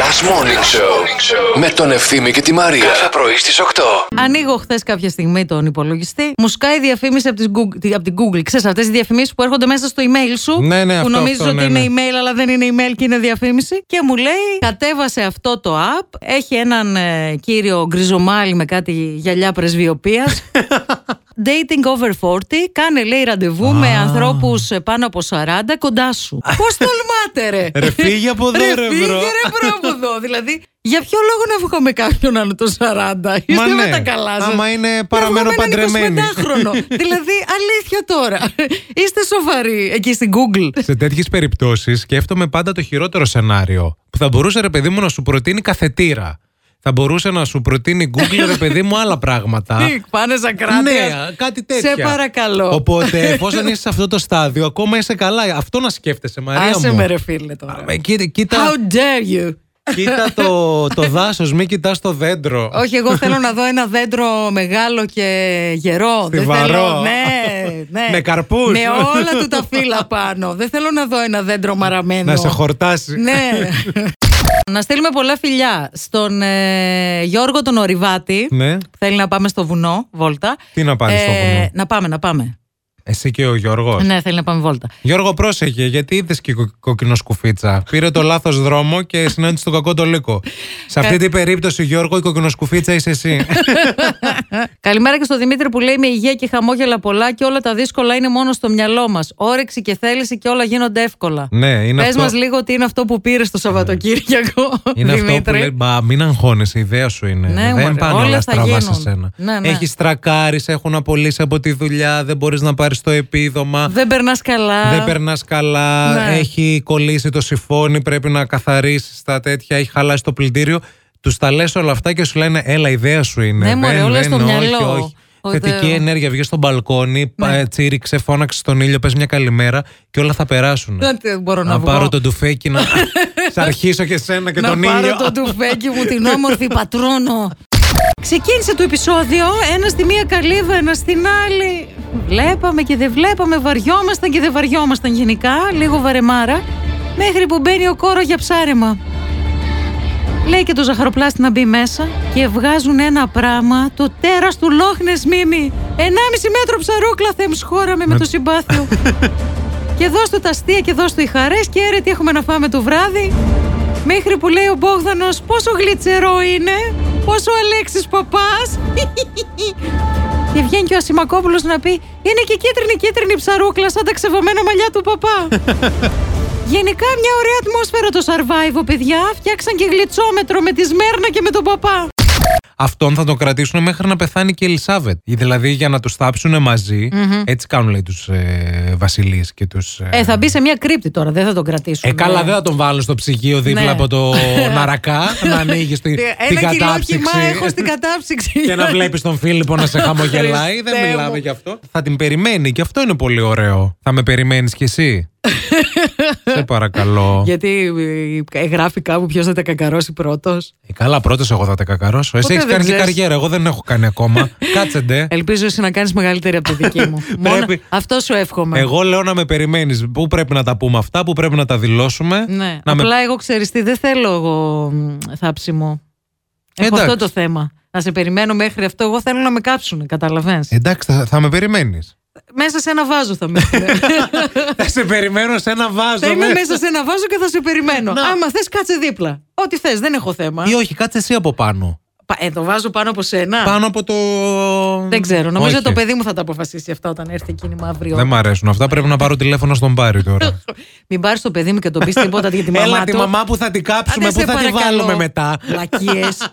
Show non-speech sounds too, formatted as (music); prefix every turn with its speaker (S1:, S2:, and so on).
S1: Last Morning Show με τον Ευθύμη και τη Μαρία. Κάθε πρωί στις 8.
S2: Ανοίγω χθες κάποια στιγμή τον υπολογιστή, μου σκάει διαφήμιση από, τις Google, από την Google. Ξέρεις αυτές οι διαφημίσεις που έρχονται μέσα στο email σου.
S3: Ναι, ναι,
S2: που
S3: αυτό,
S2: νομίζεις
S3: αυτό,
S2: ότι
S3: ναι,
S2: είναι
S3: ναι.
S2: email, αλλά δεν είναι email και είναι διαφήμιση. Και μου λέει, κατέβασε αυτό το app. Έχει έναν ε, κύριο γκριζομάλι με κάτι γυαλιά πρεσβειοποίας.
S3: (laughs)
S2: Dating over 40, κάνε λέει ραντεβού με ανθρώπους πάνω από 40 κοντά
S3: (laughs)
S2: σου. Πώς τολμάτε, ρε!
S3: Ρε, φύγε από εδώ, ρε,
S2: φύγε,
S3: μπρο.
S2: ρε, μπρο, από
S3: (laughs)
S2: εδώ. Δηλαδή, για ποιο λόγο να βγω με κάποιον άλλο των 40. Είστε
S3: Μα
S2: με
S3: ναι.
S2: τα καλά σας.
S3: Άμα είναι
S2: Να
S3: παραμένω
S2: βγω με έναν
S3: παντρεμένη. (laughs)
S2: 25χρονο. δηλαδή, αλήθεια τώρα. Είστε σοβαροί εκεί στην Google.
S3: Σε τέτοιες περιπτώσεις σκέφτομαι πάντα το χειρότερο σενάριο. Που θα μπορούσε ρε παιδί μου να σου προτείνει καθετήρα. Θα μπορούσε να σου προτείνει Google ρε παιδί μου άλλα πράγματα.
S2: (laughs) Τι, πάνε σαν κράτεια.
S3: Ναι, κάτι τέτοια.
S2: Σε παρακαλώ. (laughs)
S3: Οπότε, εφόσον είσαι σε αυτό το στάδιο, ακόμα είσαι καλά. Αυτό να σκέφτεσαι, Μαρία.
S2: Άσε
S3: μου.
S2: με ρε φίλε τώρα.
S3: Ε, κοίτα, κοίτα,
S2: How dare you.
S3: κοίτα το, το δάσος, μην κοιτάς το δέντρο.
S2: Όχι, εγώ θέλω να δω ένα δέντρο μεγάλο και γερό. Δεν θέλω,
S3: Στιβαρό. (laughs)
S2: ναι, ναι.
S3: Με καρπούς.
S2: Με όλα του τα φύλλα πάνω. Δεν θέλω να δω ένα δέντρο μαραμένο.
S3: Να σε χορτάσει.
S2: Ναι. να στείλουμε πολλά φιλιά στον ε, Γιώργο τον Οριβάτη.
S3: Ναι.
S2: που Θέλει να πάμε στο βουνό, βόλτα. Ε,
S3: Τι να πάρει στο βουνό?
S2: Να πάμε, να πάμε.
S3: Εσύ και ο Γιώργος.
S2: Ναι, θέλει να πάμε βόλτα.
S3: Γιώργο, πρόσεχε, γιατί είδες και κο- κόκκινο σκουφίτσα. Πήρε το λάθος δρόμο και συνάντησε τον κακό το λύκο. Σε
S2: Ε.
S3: αυτή την περίπτωση, Γιώργο, η κόκκινο σκουφίτσα
S2: (laughs)
S3: είσαι εσύ.
S2: Καλημέρα και στο Δημήτρη που λέει με υγεία και χαμόγελα πολλά και όλα τα δύσκολα είναι μόνο στο μυαλό μας. Όρεξη και θέληση και όλα γίνονται εύκολα.
S3: ναι, είναι
S2: Πες
S3: αυτό. Ναι.
S2: μας λίγο τι είναι αυτό που πήρες το Σαββατοκύριακο,
S3: Είναι αυτό που
S2: Δημήτρη.
S3: λέει, μα μην αγχώνεσαι, η ιδέα σου είναι.
S2: Ναι, μωρέ,
S3: δεν πάνε
S2: όλα θα
S3: όλα στραβά σε
S2: γίνουν.
S3: σένα.
S2: Ναι, ναι.
S3: Έχεις τρακάρεις, σε έχουν απολύσει από τη δουλειά, δεν μπορείς να πάρεις το επίδομα.
S2: Δεν περνάς καλά.
S3: Δεν περνάς καλά.
S2: Ναι.
S3: Έχει κολλήσει το σιφόνι, πρέπει να καθαρίσεις τα τέτοια. Έχει χαλάσει το πλυντήριο. Τους τα λες όλα αυτά και σου λένε, Έλα, η ιδέα σου είναι.
S2: Ναι, μωρέ, όλα στο
S3: όχι,
S2: μυαλό.
S3: όχι.
S2: Ο
S3: Θετική
S2: Θεός. Ναι.
S3: ενέργεια, βγες στο μπαλκόνι, πα- τσίριξε, φώναξε στον ήλιο, πες μια καλημέρα και όλα θα περάσουν.
S2: Δεν τε- μπορώ να
S3: να
S2: βγω.
S3: πάρω τον τουφέκι
S2: (laughs)
S3: να σ' αρχίσω και σένα και
S2: να
S3: τον
S2: πάρω
S3: ήλιο.
S2: το τουφέκι μου την
S3: (laughs)
S2: όμορφη πατρόνο. Ξεκίνησε το επεισόδιο, ένας στη μία καλύβα, ένας στην άλλη. Βλέπαμε και δεν βλέπαμε, βαριόμασταν και δεν βαριόμασταν γενικά, λίγο βαρεμάρα, μέχρι που μπαίνει ο κόρος για ψάρεμα. Λέει και το ζαχαροπλάστη να μπει μέσα και βγάζουν ένα πράγμα, το τέρας του Λόχνες Μίμη. 1,5 μέτρο ψαρούκλα θέμς χώραμε με
S3: Με-
S2: το συμπάθειο.
S3: (laughs)
S2: και δώσ' του τα αστεία και δώσ' του οι χαρές και έρε τι έχουμε να φάμε το βράδυ. Μέχρι που λέει ο Μπόγδανος πόσο γλιτσερό είναι, πόσο Αλέξης Παπάς. (laughs) και βγαίνει και ο Ασημακόπουλος να πει είναι και κίτρινη κίτρινη ψαρούκλα σαν τα ξεβωμένα μαλλιά του (laughs) παπά. Γενικά μια ωραία ατμόσφαιρα το survival, παιδιά. Φτιάξαν και γλιτσόμετρο με τη Σμέρνα και με τον παπά.
S3: Αυτόν θα τον κρατήσουν μέχρι να πεθάνει και η Ελισάβετ. Δηλαδή για να τους θάψουν μαζί. Έτσι κάνουν λέει τους ε, βασιλείς και τους.
S2: Ε, θα μπει σε μια κρύπτη τώρα, δεν θα τον Ναι. κρατήσουν.
S3: Ε, καλά, δεν θα τον βάλουν στο ψυγείο δίπλα
S2: Ναι.
S3: από
S2: (laughs)
S3: το ναρακά να ανοίγει την, την
S2: Ένα κιλό
S3: κατάψυξη.
S2: κοιμά έχω
S3: (laughs)
S2: στην κατάψυξη.
S3: και να βλέπεις τον Φίλιππο να σε χαμογελάει.
S2: Χριστέ
S3: δεν
S2: μου.
S3: μιλάμε γι' αυτό. Θα την περιμένει και αυτό είναι πολύ ωραίο. Θα με περιμένεις κι
S2: (laughs)
S3: εσύ. σε παρακαλώ.
S2: Γιατί ε, γράφει κάπου ποιος θα τα κακαρώσει πρώτος.
S3: Ε, καλά, πρώτος εγώ θα τα κακαρώσω. Εσύ
S2: Ποτέ
S3: έχεις
S2: δεν
S3: κάνει και
S2: ξέρεις. Ε,
S3: καριέρα. Εγώ δεν έχω κάνει
S2: (laughs)
S3: ακόμα. Κάτσε ντε.
S2: Ελπίζω εσύ να κάνεις μεγαλύτερη από τη δική
S3: (laughs)
S2: μου. Μόνο...
S3: Πρέπει.
S2: Αυτό σου εύχομαι.
S3: Εγώ λέω να με περιμένεις. Πού πρέπει να τα πούμε αυτά, πού πρέπει να τα δηλώσουμε.
S2: Ναι.
S3: να με-
S2: Απλά εγώ ξέρεις τι, δεν θέλω εγώ μ, θάψιμο. Έχω
S3: Εντάξει.
S2: αυτό το θέμα. Να σε περιμένω μέχρι αυτό. Εγώ θέλω να με κάψουν, καταλαβαίνεις.
S3: Εντάξει, θα, θα με περιμένεις.
S2: (laughs) Μέσα σε ένα βάζο θα
S3: (laughs)
S2: με έχουνε.
S3: θα σε περιμένω σε ένα βάζο.
S2: Θα είμαι
S3: ναι.
S2: μέσα σε ένα βάζο και θα σε περιμένω. Άμα θες, κάτσε δίπλα. Ό,τι θες, δεν έχω θέμα.
S3: Ή όχι, κάτσε εσύ από πάνω.
S2: Πα- Ε, το βάζω πάνω από σένα.
S3: Πάνω από το.
S2: Δεν ξέρω. Νομίζω
S3: Όχι.
S2: το παιδί μου θα τα αποφασίσει αυτά όταν έρθει εκείνη αύριο.
S3: Δεν μ' αρέσουν αυτά. Πρέπει να πάρω τηλέφωνο στον Πάρη τώρα.
S2: Μην πάρεις το παιδί μου και το πεις τίποτα για τη μαμά
S3: (laughs) Έλα
S2: του.
S3: τη μαμά που θα την κάψουμε,
S2: Άντε,
S3: που
S2: σε
S3: θα τη
S2: παρακαλώ.
S3: βάλουμε μετά.
S2: Λακίες.